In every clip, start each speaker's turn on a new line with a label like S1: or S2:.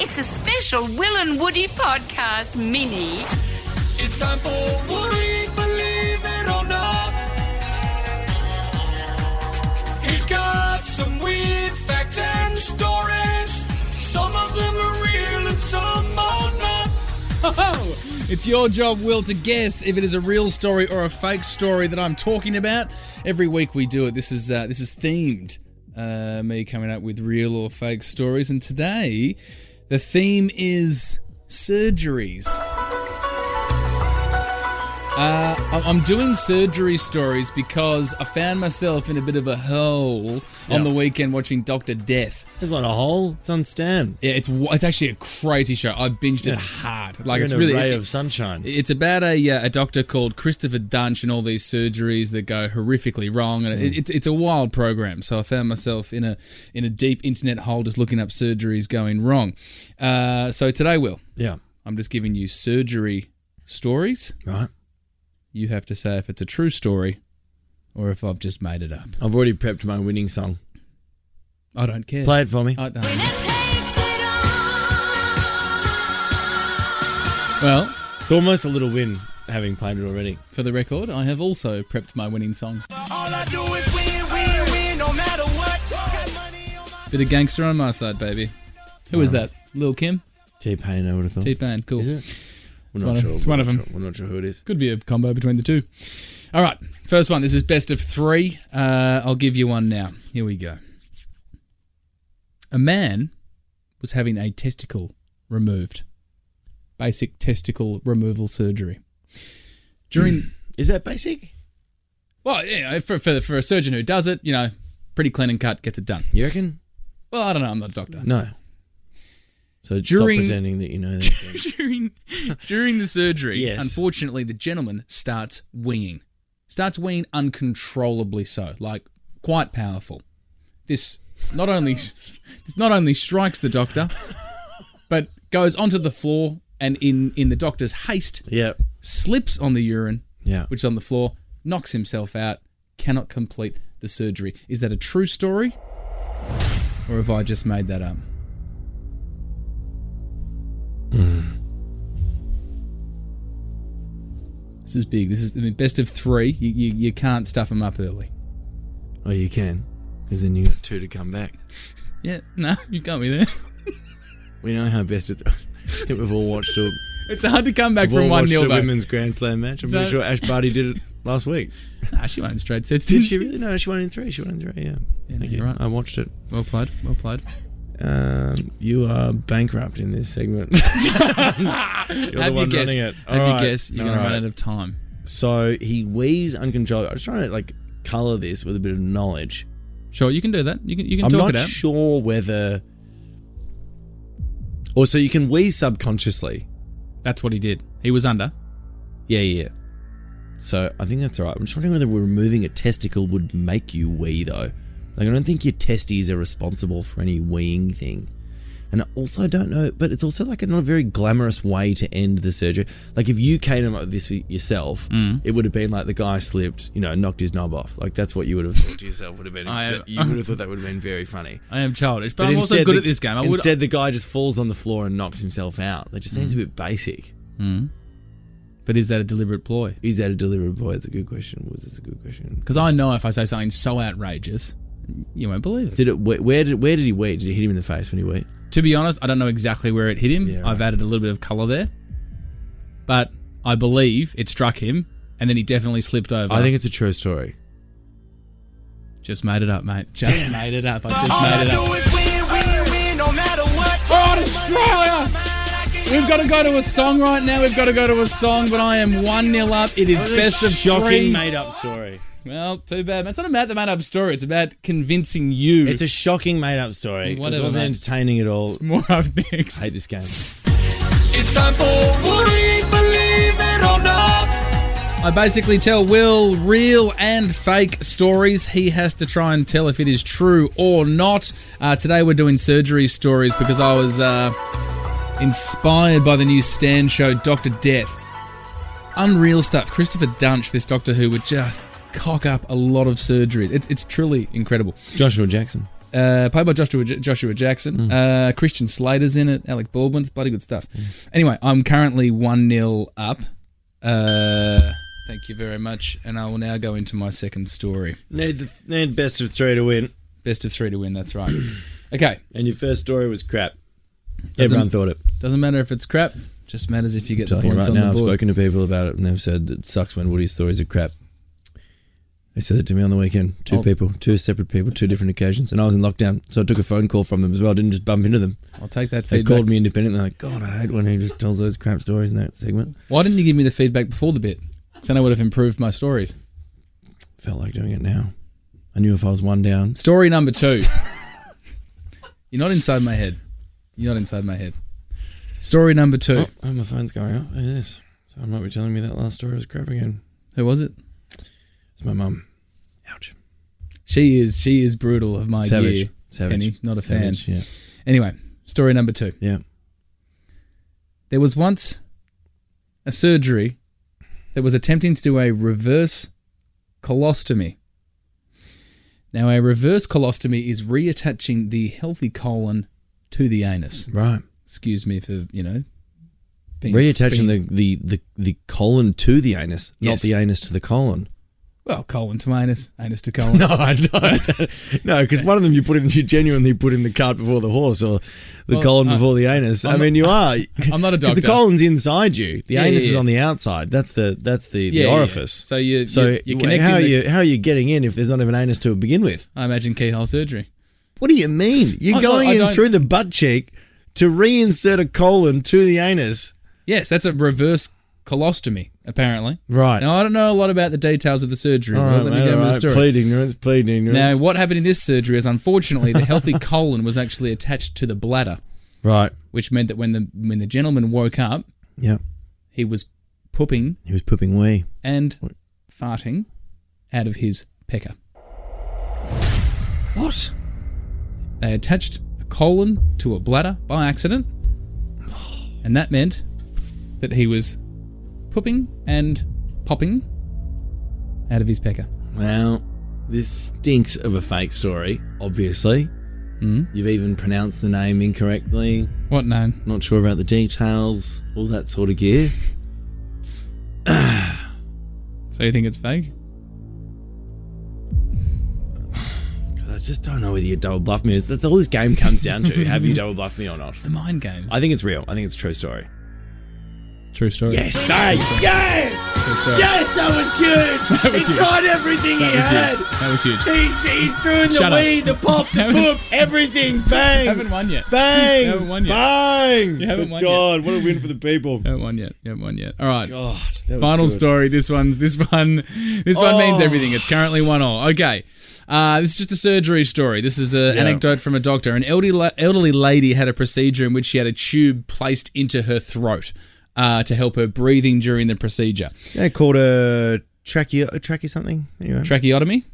S1: It's a special Will and Woody podcast mini.
S2: It's time for Woody's Believe It or Not. He's got some weird facts and stories. Some of them are real and some are not.
S3: Oh, it's your job, Will, to guess if it is a real story or a fake story that I'm talking about. Every week we do it. This is uh, this is themed. Uh, me coming up with real or fake stories, and today the theme is surgeries. Uh, I- I'm doing surgery stories because I found myself in a bit of a hole on
S4: Yeah.
S3: the weekend watching Doctor Death.
S4: There's not a hole. It's on Stan.
S3: Yeah, it's wa- it's actually a crazy show. I binged it
S4: Yeah.
S3: hard. Like
S4: You're
S3: it's
S4: in a
S3: really
S4: ray
S3: it-
S4: of sunshine.
S3: It's about a uh, a doctor called Christopher Dunch and all these surgeries that go horrifically wrong, and
S4: Mm.
S3: it, it's it's a wild program. So I found myself in a in a deep internet hole just looking up surgeries going wrong. Uh, so today, Will,
S4: yeah.
S3: I'm just giving you surgery stories.
S4: Right.
S3: You have to say if it's a true story or if I've just made it up.
S4: I've already prepped my winning song.
S3: I don't care.
S4: Play it for me.
S3: I don't. Well,
S4: It's almost a little win having played it already.
S3: for the record, I have also prepped my winning song.
S2: All I do is win, win, win, no matter what. Got money on my-
S3: Bit of gangster on my side, baby. Who is that? Lil Kim,
S4: T Pain, I would have thought.
S3: T Pain. Cool.
S4: Is it? We're
S3: one
S4: not
S3: of-
S4: sure.
S3: it's
S4: We're
S3: one of
S4: not
S3: them.
S4: sure. We're not sure who it is.
S3: Could be a combo between the two. All right, first one. This is best of three. Uh, I'll give you one now. Here we go. A man was having a testicle removed, basic testicle removal surgery. During
S4: Is that basic?
S3: well, you know, for, for for a surgeon who does it, you know, pretty clean and cut, gets it done.
S4: You reckon?
S3: Well, I don't know. I'm not a doctor.
S4: No. So
S3: During-
S4: stop pretending that you know these things.
S3: during during the surgery,
S4: Yes.
S3: unfortunately, the gentleman starts weeing, starts weeing uncontrollably. So, like quite powerful. This not only this not only strikes the doctor, but goes onto the floor and in in the doctor's haste
S4: yeah.
S3: slips on the urine,
S4: Yeah.
S3: which is on the floor, knocks himself out, cannot complete the surgery. Is that a true story, or have I just made that up? Hmm. This is big. This is I mean, best of three. You, you, you can't stuff them up early.
S4: Oh, you can. Because then you got two to come back.
S3: Yeah, no, you can't be there.
S4: We know how best to. I think we've all watched a,
S3: It's hard to come back
S4: we've all
S3: from one
S4: watched
S3: nil.
S4: a
S3: though.
S4: women's Grand Slam match. I'm pretty
S3: So-
S4: sure Ash Barty did it last week.
S3: Nah, Ah, she won in straight sets,
S4: Did
S3: didn't
S4: she really? No, she won in three. She won in three. Yeah.
S3: Yeah,
S4: Thank
S3: you're
S4: you.
S3: right.
S4: I watched it.
S3: Well played. Well played.
S4: Um, you are bankrupt in this segment. You're
S3: have
S4: the
S3: your
S4: one
S3: guess.
S4: running it.
S3: Have
S4: All
S3: your
S4: right.
S3: guess. You're
S4: All
S3: gonna
S4: right.
S3: run out of time.
S4: So he wheezes uncontrollably. I was trying to like color this with a bit of knowledge.
S3: Sure, you can do that. You can you can
S4: I'm
S3: talk
S4: not
S3: it out.
S4: sure whether. Or so you can wheeze subconsciously.
S3: That's what he did. He was under.
S4: Yeah, yeah. yeah. So I think that's all right. I'm just wondering whether removing a testicle would make you wee though. Like I don't think your testes are responsible for any weeing thing. And I also don't know, but it's also like not a very glamorous way to end the surgery. Like if you came up with this for yourself,
S3: Mm.
S4: it would have been like the guy slipped, you know, knocked his knob off. Like that's what you would have thought to yourself would have been.
S3: I am-
S4: that you would have thought that would have been very funny.
S3: I am childish, but, I'm also
S4: instead
S3: good
S4: the-
S3: at this game. I would. Mm.
S4: instead, the guy just falls on the floor and knocks himself out. That just seems a bit basic.
S3: but is that a deliberate ploy?
S4: Is that a deliverable boy? It's a good question. Was this a good question?
S3: Because I know if I say something so outrageous, you won't believe it.
S4: Did it? Where, where did? Where did he wait? Did it hit him in the face when he wait?
S3: to be honest, I don't know exactly where it hit him.
S4: Yeah,
S3: I've
S4: right.
S3: added a little bit of colour there, but I believe it struck him, and then he definitely slipped over.
S4: I think it's a true story.
S3: just made it up, mate. Just made it up. I just
S2: All I
S3: made it up.
S2: do is win, win, win, no matter what.
S3: All right, Australia. We've got to go to a song right now. We've got to go to a song, but I am one 0 up. It is best of three.
S4: up story.
S3: Well, too bad. man. It's not about the made up story. It's about convincing you.
S4: It's a shocking made up story.
S3: Whatever,
S4: it wasn't
S3: mate.
S4: entertaining at all.
S3: more up next.
S4: I hate this game.
S2: It's time for Woody's Believe It or Not.
S3: I basically tell Will real and fake stories. He has to try and tell if it is true or not. Uh, today we're doing surgery stories because I was uh, inspired by the new stand show, Doctor Death. Unreal stuff. Christopher Dunch, this Doctor Who, would just cock up a lot of surgeries. It, it's truly incredible.
S4: Joshua Jackson.
S3: uh, played by Joshua J- Joshua Jackson.
S4: Mm.
S3: Uh, Christian Slater's in it. Alec Baldwin's bloody good stuff.
S4: Mm.
S3: Anyway, I'm currently one 0 up. Uh, thank you very much, and I will now go into my second story.
S4: Need the need best of three to win,
S3: Best of three to win. That's right. Okay,
S4: and your first story was crap. Everyone thought it.
S3: doesn't matter if it's crap. Just matters if you get the
S4: Telling you
S3: points
S4: right
S3: on
S4: now,
S3: the
S4: I've
S3: board.
S4: spoken to people about it, and they've said it sucks when Woody stories are crap. They said that to me on the weekend. Two
S3: Oh.
S4: people, two separate people, two different occasions, and I was in lockdown, so I took a phone call from them as well. I didn't just bump into them.
S3: I'll take that
S4: They
S3: feedback.
S4: called me independently. Like, God, I hate when he just tells those crap stories in that segment.
S3: Why didn't you give me the feedback before the bit? Because then I would have improved my stories.
S4: Felt like doing it now. I knew if I was one down.
S3: Story number two. You're not inside my head. You're not inside my head. Story number two.
S4: Oh, oh, my phone's going off. It is. So I might be telling me that last story was crap again.
S3: Who was it?
S4: It's my mum. Ouch.
S3: She is she is brutal of my
S4: Savage.
S3: year.
S4: Savage.
S3: Penny, not a fan.
S4: Savage, Yeah.
S3: Anyway, story number two.
S4: Yeah.
S3: There was once a surgery that was attempting to do a reverse colostomy. Now, a reverse colostomy is reattaching the healthy colon to the anus.
S4: Right.
S3: Excuse me for you know being,
S4: Reattaching
S3: being-
S4: the, the, the, the colon to the anus,
S3: Yes.
S4: not the anus to the colon.
S3: well colon to anus, anus to colon.
S4: I know. no, because one of them you put in, you genuinely put in the cart before the horse or the
S3: Well,
S4: colon
S3: uh,
S4: before the anus. i
S3: I'm
S4: mean, you are.
S3: I'm not a
S4: 'Cause
S3: doctor.
S4: The colon's inside you. The
S3: Yeah,
S4: anus
S3: yeah,
S4: is
S3: yeah.
S4: on the outside. That's the that's the, the orifice.
S3: So you
S4: So
S3: you you're
S4: wh-
S3: connecting.
S4: how are
S3: the-
S4: you how are you getting in if there's not even anus to begin with?
S3: I imagine keyhole surgery.
S4: What do you mean? You're
S3: I- I-
S4: going
S3: I
S4: in
S3: don't-
S4: through the butt cheek to reinsert a colon to the anus.
S3: Yes, that's a reverse colostomy apparently.
S4: Right.
S3: Now I don't know a lot about the details of the surgery.
S4: all
S3: Well,
S4: right,
S3: let me
S4: mate,
S3: go
S4: all
S3: with the
S4: right.
S3: story.
S4: Plead ignorance. Plead ignorance.
S3: Now, what happened in this surgery is unfortunately the healthy colon was actually attached to the bladder,
S4: right.
S3: which meant that when the when the gentleman woke up,
S4: Yeah.
S3: he was pooping
S4: He was pooping wee.
S3: and farting out of his pecker.
S4: What?
S3: They attached a colon to a bladder by accident, and that meant that he was pooping and popping out of his pecker.
S4: Well, this stinks of a fake story. Obviously,
S3: Hmm?
S4: you've even pronounced the name incorrectly.
S3: What name?
S4: Not sure about the details. All that sort of gear.
S3: So you think it's fake?
S4: God, I just don't know whether you double bluff me. It's- That's all this game comes down to. Have you double bluffed me or not?
S3: The mind games.
S4: I think it's real. I think it's a true story.
S3: True story.
S4: Yes, hey, yes,
S3: True story.
S4: yes, that was huge.
S3: That was
S4: he
S3: huge.
S4: tried everything he
S3: That
S4: had.
S3: was huge. That was huge.
S4: He, he threw in
S3: Shut
S4: the
S3: up.
S4: wee, the pop, the
S3: Haven't-
S4: poop, everything. Bang,
S3: Haven't won yet.
S4: bang,
S3: You haven't won yet.
S4: bang.
S3: You haven't won yet.
S4: God, what a win for the people.
S3: Haven't won yet. You haven't won yet. All right.
S4: God, that was
S3: Final
S4: good.
S3: story. This one's this one. This one means
S4: Oh.
S3: everything. It's currently one all. Okay. Uh, this is just a surgery story. This is an anecdote from a doctor. An elderly la- elderly lady had a procedure in which she had a tube placed into her throat uh, to help her breathing during the procedure.
S4: They called a trachea, a trachea something. Anyway,
S3: Tracheotomy.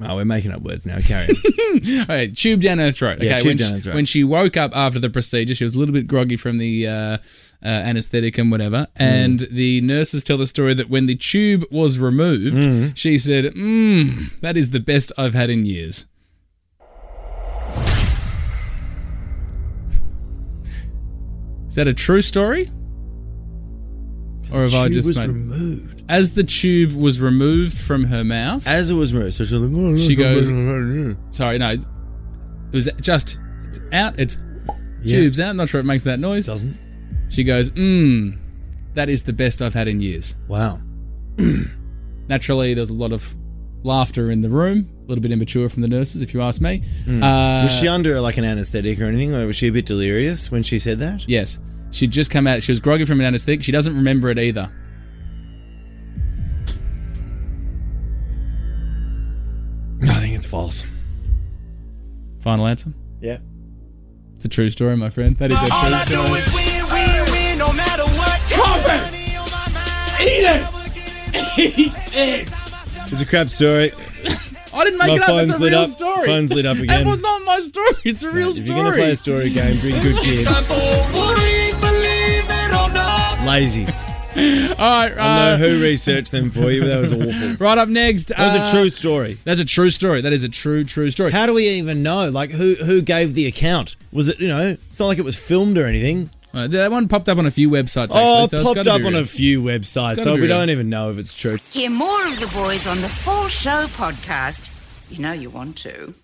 S4: oh, we're making up words now. Carry on.
S3: All right, tube down her throat. Okay,
S4: Yeah, tube
S3: when,
S4: down
S3: she,
S4: her throat.
S3: when she woke up after the procedure, she was a little bit groggy from the uh, uh, anesthetic and whatever.
S4: Mm.
S3: And the nurses tell the story that when the tube was removed,
S4: Mm.
S3: she said, "Mmm, that is the best I've had in years." Is that a true story? Or have I
S4: She
S3: just
S4: was
S3: made
S4: removed
S3: as the tube was removed from her mouth?
S4: as it was removed. So she, was like, "Oh,
S3: She goes- Sorry, no. It was just it's out. It's tubes out. I'm not sure it makes that noise.
S4: doesn't.
S3: She goes, mmm, that is the best I've had in years.
S4: Wow.
S3: Naturally, there's a lot of laughter in the room. A little bit immature from the nurses, if you ask me. Uh,
S4: Hmm. Was she under like an anesthetic or anything, or was she a bit delirious when she said that?
S3: yes. She'd just come out. She was groggy from an anesthetic. She doesn't remember it either.
S4: I think it's false.
S3: Final answer.
S4: Yeah.
S3: It's a true story, my friend. That is a true story.
S2: win, win, win, no matter what. Pop it! Eat it! Eat it!
S4: It's a crap story.
S3: I didn't make
S4: My
S3: it up. It's a
S4: phone's lit
S3: real
S4: up.
S3: story.
S4: Phone's lit up
S3: It
S4: again.
S3: was not my story. It's a real
S4: if
S3: story.
S4: you're gonna play a story game, bring good
S2: It's
S4: kids.
S2: time for Woody's Believe It or Not.
S4: Lazy.
S3: All right,
S4: I
S3: uh,
S4: don't know who researched them for you, but that was awful. That
S3: right up next. That
S4: was a true story.
S3: That's a true story. That is a true, true story.
S4: How do we even know? Like, who who gave the account? Was it you know? It's not like it was filmed or anything.
S3: Uh, that one popped up on a few websites. Actually,
S4: Oh,
S3: so it's
S4: popped
S3: gotta
S4: up
S3: be
S4: on
S3: real.
S4: a few websites,
S3: gotta
S4: so
S3: be
S4: we
S3: real.
S4: don't even know if it's true.
S1: Hear more of the boys on the Full Show podcast. You know you want to.